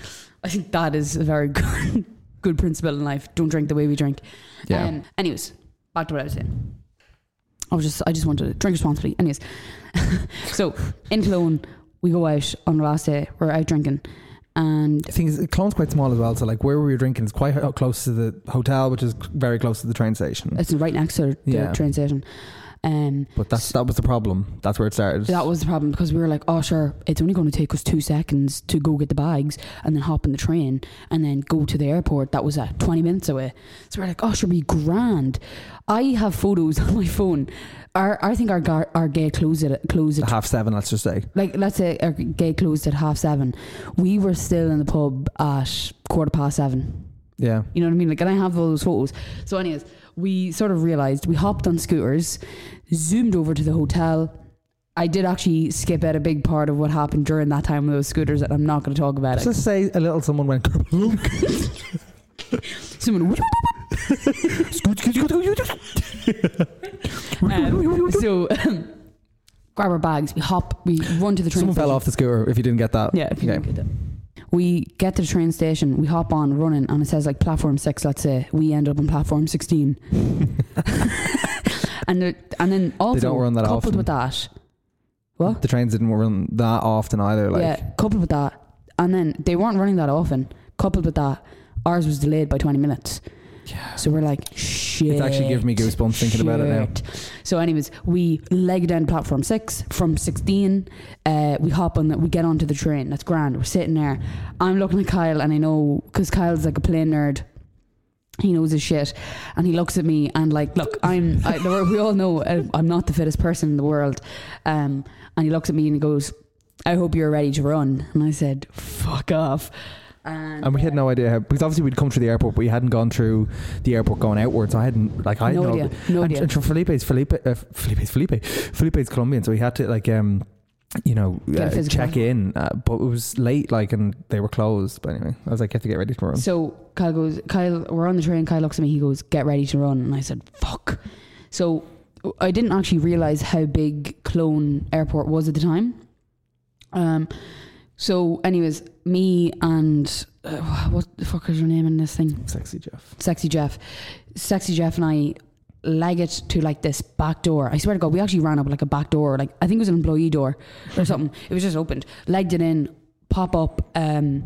B: I think that is a very good good principle in life. Don't drink the way we drink.
A: Yeah.
B: Um, anyways, back to what I was saying. I was just, I just wanted to drink responsibly. Anyways, so in Cologne, we go out on the last day. We're out drinking, and
A: The thing is, Clone's quite small as well. So like where we were drinking is quite ho- close to the hotel, which is c- very close to the train station.
B: It's right next to the
A: Yeah.
B: train station. Um,
A: But that's that was the problem. That's where it started.
B: that was the problem because we were like, oh, sure, it's only going to take us two seconds to go get the bags and then hop in the train and then go to the airport. That was uh, 20 minutes away. So we're like, oh, should be grand. I have photos on my phone. Our, I think our, gar- our gate closed at, closed
A: At
B: at
A: half seven, let's just say.
B: like let's say our gate closed at half seven. We were still in the pub at quarter past seven.
A: Yeah.
B: You know what I mean? Like, and I have all those photos. So, anyways, we sort of realized we hopped on scooters, zoomed over to the hotel. I did actually skip out a big part of what happened during that time with those scooters that I'm not going to talk about.
A: Let's just say a little someone went.
B: Someone- Um, so, grab our bags. We hop. We run to the train.
A: someone fell
B: station.
A: off the scooter. If you didn't get that.
B: Yeah, if you
A: Okay.
B: don't get that. We get to the train station, we hop on running, and it says like platform six, let's say. We end up on platform 16. and there, and then also,
A: don't run that
B: coupled
A: often.
B: with that, what?
A: The trains didn't run that often either. Like.
B: yeah, coupled with that, and then they weren't running that often, coupled with that, ours was delayed by 20 minutes.
A: Yeah.
B: So we're like, shit.
A: It's actually giving me goosebumps thinking about it now.
B: Shit. So, anyways, we leg down platform six from 16. Uh, we hop on that, we get onto the train. That's grand. We're sitting there. I'm looking at Kyle, and I know because Kyle's like a plane nerd. He knows his shit, and he looks at me and like, look, I'm. I, we all know uh, I'm not the fittest person in the world, um, and he looks at me and he goes, "I hope you're ready to run." And I said, "Fuck off." And, uh,
A: And we had no idea how, because obviously we'd come through the airport, but we hadn't gone through the airport going outwards. I hadn't, like, I had
B: No
A: no,
B: idea, no
A: and,
B: idea.
A: and Felipe's Felipe, uh, Felipe's Felipe, Felipe's Colombian, so he had to like, um, you know,
B: Get a
A: uh,
B: physical.
A: check in. Uh, but it was late, like, and they were closed. But anyway, I was like, you have to get ready to run.
B: So Kyle goes, Kyle, we're on the train. Kyle looks at me. He goes, get ready to run. And I said, fuck. So I didn't actually realize how big Cologne Airport was at the time. Um, so, anyways, me and uh, what the fuck is your name in this thing?
A: Sexy Jeff.
B: Sexy Jeff. Sexy Jeff and I lag it to like this back door. I swear to God, we actually ran up like a back door. Like I think it was an employee door
A: Mm-hmm.
B: or something. It was just opened. Legged it in, pop up, um,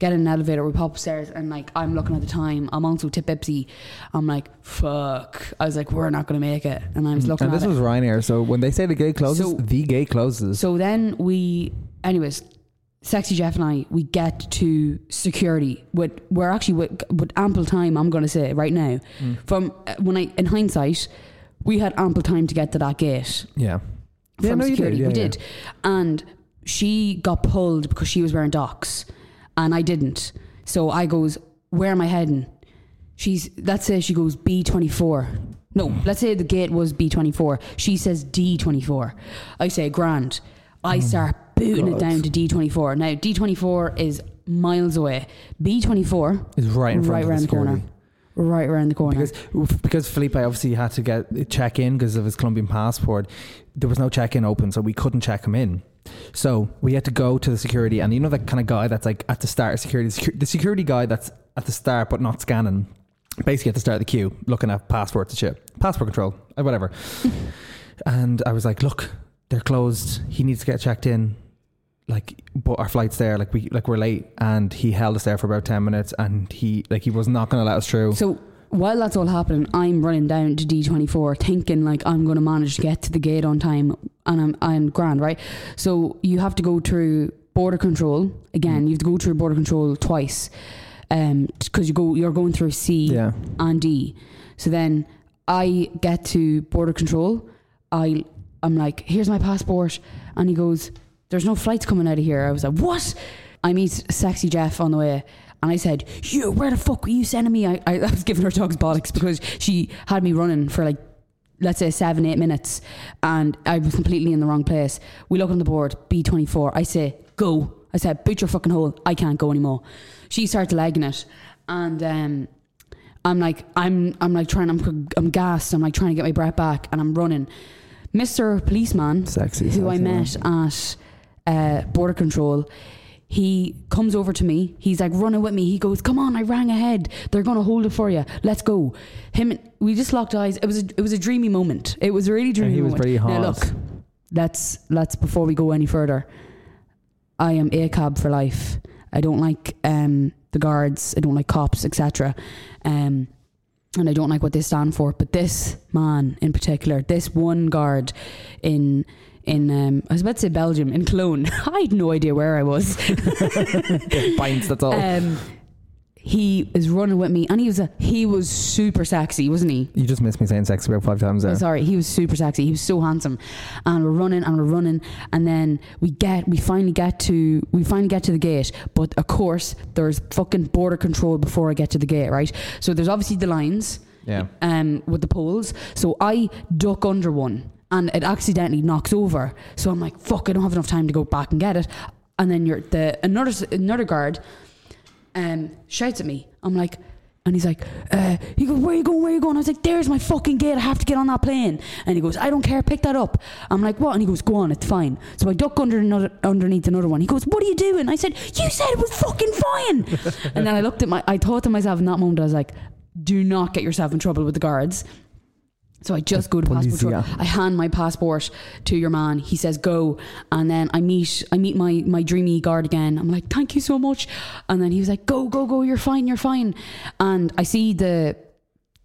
B: get in an elevator, we pop upstairs and like I'm looking at the time. I'm also tipsy. I'm like, fuck. I was like, we're not gonna make it. And I was looking
A: Mm-hmm. And
B: at
A: this
B: it.
A: was Ryanair. So when they say the gate closes,
B: So-
A: the gate closes.
B: So then we, anyways, sexy Jeff and I, we get to security. With we're actually with, with ample time. I'm gonna say right now, from uh, when I in hindsight, we had ample time to get to that gate
A: yeah.
B: from
A: no, you
B: security.
A: yeah,
B: we
A: yeah.
B: did, and she got pulled because she was wearing docs, and I didn't. So I goes, where am I heading? She's let's say she goes B twenty four. No,
A: Hmm.
B: let's say the gate was B twenty four. She says D twenty four. I say grand. I start booting it
A: Oh God.
B: down to D twenty four. Now D twenty four is miles away. B twenty four
A: It's right in front
B: right
A: of
B: around the
A: security.
B: corner. Right around the corner.
A: because because Felipe obviously had to get check in because of his Colombian passport. There was no check in open, so we couldn't check him in. So we had to go to the security, and you know that kind of guy that's like at the start of security, secu- the security guy that's at the start but not scanning, basically at the start of the queue, looking at passports and shit, passport control, uh, whatever. and I was like, look, they're closed. He needs to get checked in. Like, but our flight's there. Like we, like we're late, and he held us there for about ten minutes, and he, like, he was not going to let us through.
B: So while that's all happening, I'm running down to D24 thinking like I'm going to manage to get to the gate on time and I'm, I'm grand, right? So you have to go through border control again. You have to go through border control twice um because you go you're going through C
A: yeah.
B: and D. So then I get to border control. I I'm like, here's my passport, and he goes, "There's no flights coming out of here." I was like, "What?" I meet sexy Jeff on the way, and I said, "You, where the fuck were you sending me?" I, I, I was giving her dog's bollocks because she had me running for like. Let's say seven, eight minutes, and I was completely in the wrong place. We look on the board, B24. I say, go. I said, boot your fucking hole. I can't go anymore. She starts legging it, and um, I'm like, I'm, I'm like trying, I'm, I'm gassed. I'm like trying to get my breath back, and I'm running. Mr. Policeman,
A: Sexy.
B: who I met at uh, border control, he comes over to me. He's like running with me. He goes, "Come on! I rang ahead. They're gonna hold it for you. Let's go." Him, we just locked eyes. It was a, it was a dreamy moment. It was a really dreamy.
A: he was
B: moment.
A: pretty hot.
B: Now Mm-hmm. look, let's let's before we go any further. I am a cab for life. I don't like um, the guards. I don't like cops, etc. Um, and I don't like what they stand for. But this man in particular, this one guard in in um, I was about to say Belgium in Cologne. I had no idea where I was.
A: Binds, that's all.
B: Um, he is running with me, and he was a, he was super sexy, wasn't he?
A: you just missed me saying sex about five times there.
B: I'm sorry, he was super sexy. He was so handsome, and we're running and we're running, and then we get we finally get to we finally get to the gate. But of course, there's fucking border control before I get to the gate, right? So there's obviously the lines
A: Yeah.
B: um, with the poles. So I duck under one and it accidentally knocks over. So I'm like, fuck, I don't have enough time to go back and get it. And then you're the another another guard um, shouts at me. I'm like, and he's like, uh, he goes, where you going? Where you going? I was like, there's my fucking gate. I have to get on that plane. And he goes, I don't care. Pick that up. I'm like, what? And he goes, go on. It's fine. So I duck under another, underneath another one. He goes, what are you doing? I said, you said it was fucking fine. and then I looked at my, I thought to myself in that moment, I was like, do not get yourself in trouble with the guards. So I just go to passport.
A: Polizia.
B: I hand my passport to your man. He says go, and then I meet I meet my my dreamy guard again. I'm like, thank you so much, and then he was like, go go go, you're fine, you're fine, and I see the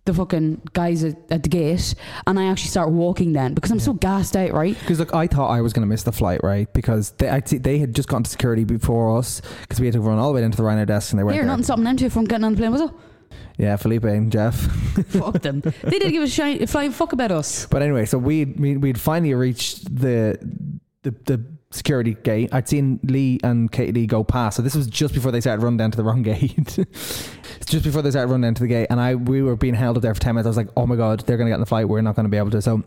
B: the fucking guys at, at the gate, and I actually start walking then because I'm so gassed out, right?
A: Because look, I thought I was going to miss the flight, right? Because they I'd see, they had just gone to security before us because we had to run all the way into the Ryanair desk and they weren't
B: Here,
A: there.
B: nothing stopping them two from getting on the plane, was it?
A: Yeah, Felipe and Jeff.
B: Fuck them. They didn't give a shi- flying fuck about us.
A: But anyway, so we we'd, we'd finally reached the the the security gate. I'd seen Lee and Katie Lee go past. So this was just before they started running down to the wrong gate. It's just before they started running down to the gate, and I we were being held up there for ten minutes. I was like, oh my god, they're gonna get in the fight. We're not gonna be able to. So.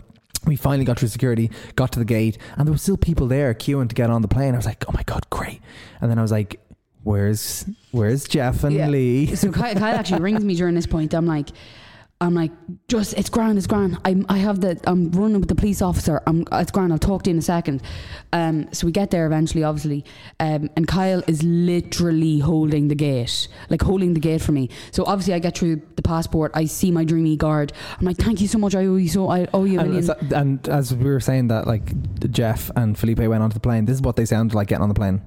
A: We finally got through security, got to the gate, and there were still people there queuing to get on the plane. I was like, "Oh my god, great!" And then I was like, "Where's, where's Jeff and
B: Yeah.
A: Lee?"
B: So Kyle, Kyle actually rings me during this point. I'm like, I'm like, just it's grand, it's grand. I'm, I have the, I'm running with the police officer. I'm, it's grand. I'll talk to you in a second. Um, so we get there eventually, obviously, um, and Kyle is literally holding the gate, like holding the gate for me. So obviously, I get through the passport. I see my dreamy guard. I'm like, thank you so much. I owe you so, I owe you a
A: And,
B: million.
A: so- and as we were saying that, like Jeff and Felipe went onto the plane. This is what they sounded like getting on the plane.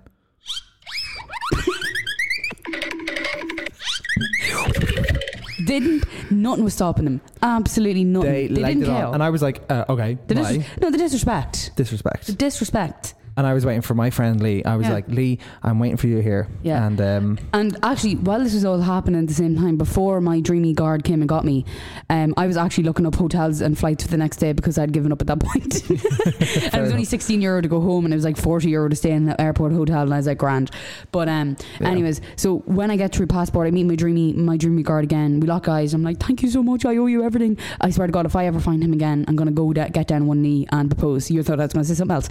B: didn't nothing was stopping them. Absolutely nothing.
A: They,
B: They,
A: liked
B: didn't
A: it
B: care.
A: all, and I was like, uh, okay,
B: The dis-
A: why?
B: no, the disrespect. The
A: disrespect.
B: disrespect.
A: And I was waiting for my friend Lee. I was
B: Yeah.
A: like, Lee, I'm waiting for you here.
B: Yeah.
A: And um,
B: And actually, while this was all happening at the same time, before my dreamy guard came and got me, um, I was actually looking up hotels and flights for the next day because I'd given up at that point. and it was only 16 euro to go home, and it was like 40 euro to stay in the airport hotel, and I was like, grand. But um,
A: Yeah.
B: anyways, so when I get through passport, I meet my dreamy my dreamy guard again. We lock eyes. I'm like, thank you so much. I owe you everything. I swear to God, if I ever find him again, I'm gonna go da- get down one knee and propose. You thought I was gonna say something else?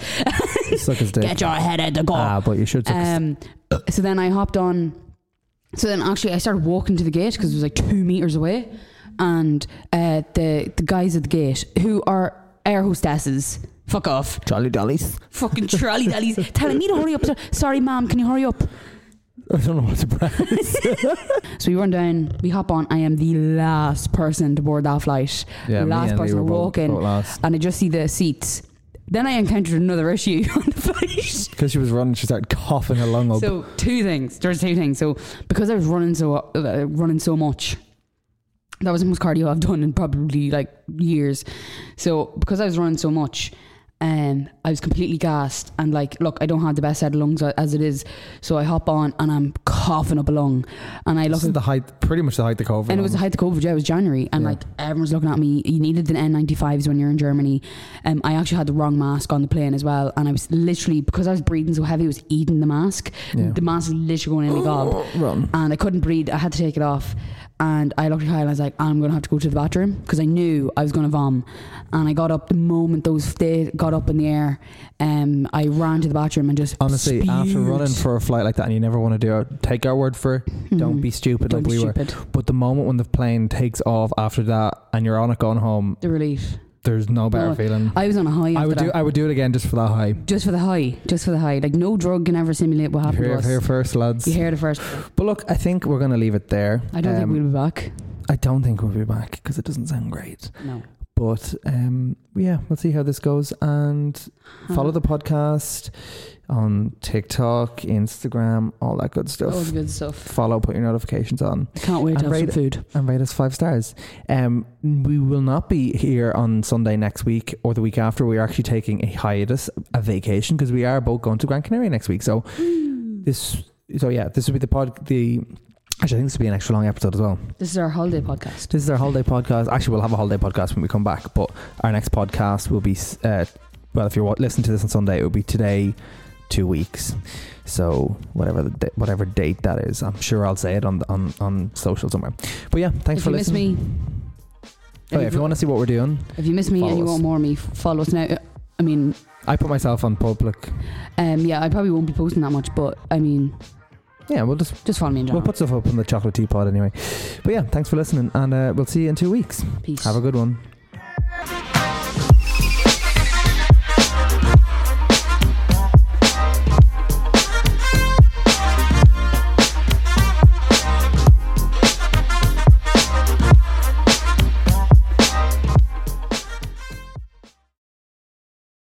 A: suck his dick.
B: Get your head out the goal.
A: Ah, but you should. Suck his
B: Um, so then I hopped on. So then actually I started walking to the gate because it was like two meters away, and uh, the the guys at the gate who are air hostesses. Fuck off,
A: Jolly dollies.
B: fucking trolley dollies, telling me to hurry up. Sorry, ma'am, can you hurry up?
A: I don't know what to brag.
B: So we run down, we hop on. I am the last person to board that flight,
A: Yeah, me
B: last
A: and Lee
B: person
A: were
B: to
A: both-
B: walk in,
A: both last.
B: and I just see the seats. Then I encountered another issue on the flight.
A: Because she was running, she started coughing her lung up.
B: So two things. There's two things. So because I was running so uh, running so much, that was the most cardio I've done in probably like years. So because I was running so much, um, I was completely gassed and like, look, I don't have the best set of lungs a- as it is. So I hop on and I'm coughing up a lung, and I look.
A: this is the height, pretty much the height of COVID.
B: And it was the height of COVID. Yeah, it was January, and
A: Yeah.
B: like everyone's looking at me. You needed the N95s when you're in Germany. Um, I actually had the wrong mask on the plane as well, and I was literally because I was breathing so heavy, I was eating the mask.
A: Yeah.
B: The mask was literally going in my gob,
A: Run.
B: and I couldn't breathe. I had to take it off, and I looked at Kyle and I was like, "I'm gonna have to go to the bathroom" because I knew I was gonna vom. And I got up the moment those they got up in the air. Um, I ran to the bathroom and just
A: Honestly, after
B: spewed.
A: running for a flight like that, and you never want to do it, take our word for it. Don't
B: Mhm.
A: be stupid
B: Don't
A: like
B: be
A: we were.
B: stupid.
A: But the moment when the plane takes off after that, and you're on it going home,
B: The relief.
A: there's no better
B: No,
A: feeling. I,
B: I was on a high. after
A: would
B: that.
A: do. I would do it again just for that high.
B: just for the high, just for the high. Like no drug can ever simulate what happened to
A: Here,
B: us.
A: here first, lads.
B: You hear the first.
A: But look, I think we're gonna leave it there.
B: I don't
A: Um,
B: think we'll be back.
A: I don't think we'll be back because it doesn't sound great.
B: No.
A: But um, yeah, we'll see how this goes and follow the podcast on TikTok, Instagram, all that good stuff.
B: All the good stuff.
A: follow, put your notifications on,
B: I can't wait to
A: And
B: have some
A: rate-
B: food.
A: and rate us five stars. Um, we will not be here on Sunday next week or the week after. We are actually taking a hiatus, a vacation, because we are both going to Gran Canaria next week. So
B: Mm.
A: this, so yeah, this will be the pod. The actually, I think this will be an extra long episode as well.
B: This is our holiday podcast.
A: This is our holiday podcast. Actually, we'll have a holiday podcast when we come back, but our next podcast will be, uh, well, if you're wa- listening to this on Sunday, it will be today, two weeks. So whatever the da- whatever date that is, I'm sure I'll say it on the- on on social somewhere. But yeah, thanks
B: if
A: for
B: you
A: listening.
B: miss me,
A: Oh, yeah, if you want to see what we're doing,
B: if you miss me and
A: follow
B: you
A: us.
B: want more of me, f- follow us now. Uh, I mean,
A: I put myself on public.
B: um, yeah, I probably won't be posting that much, but I mean,
A: Yeah, we'll just
B: just follow me in
A: we'll
B: general.
A: put stuff up on the chocolate teapot anyway. But yeah, thanks for listening, and uh, we'll see you in two weeks.
B: Peace.
A: Have a good one.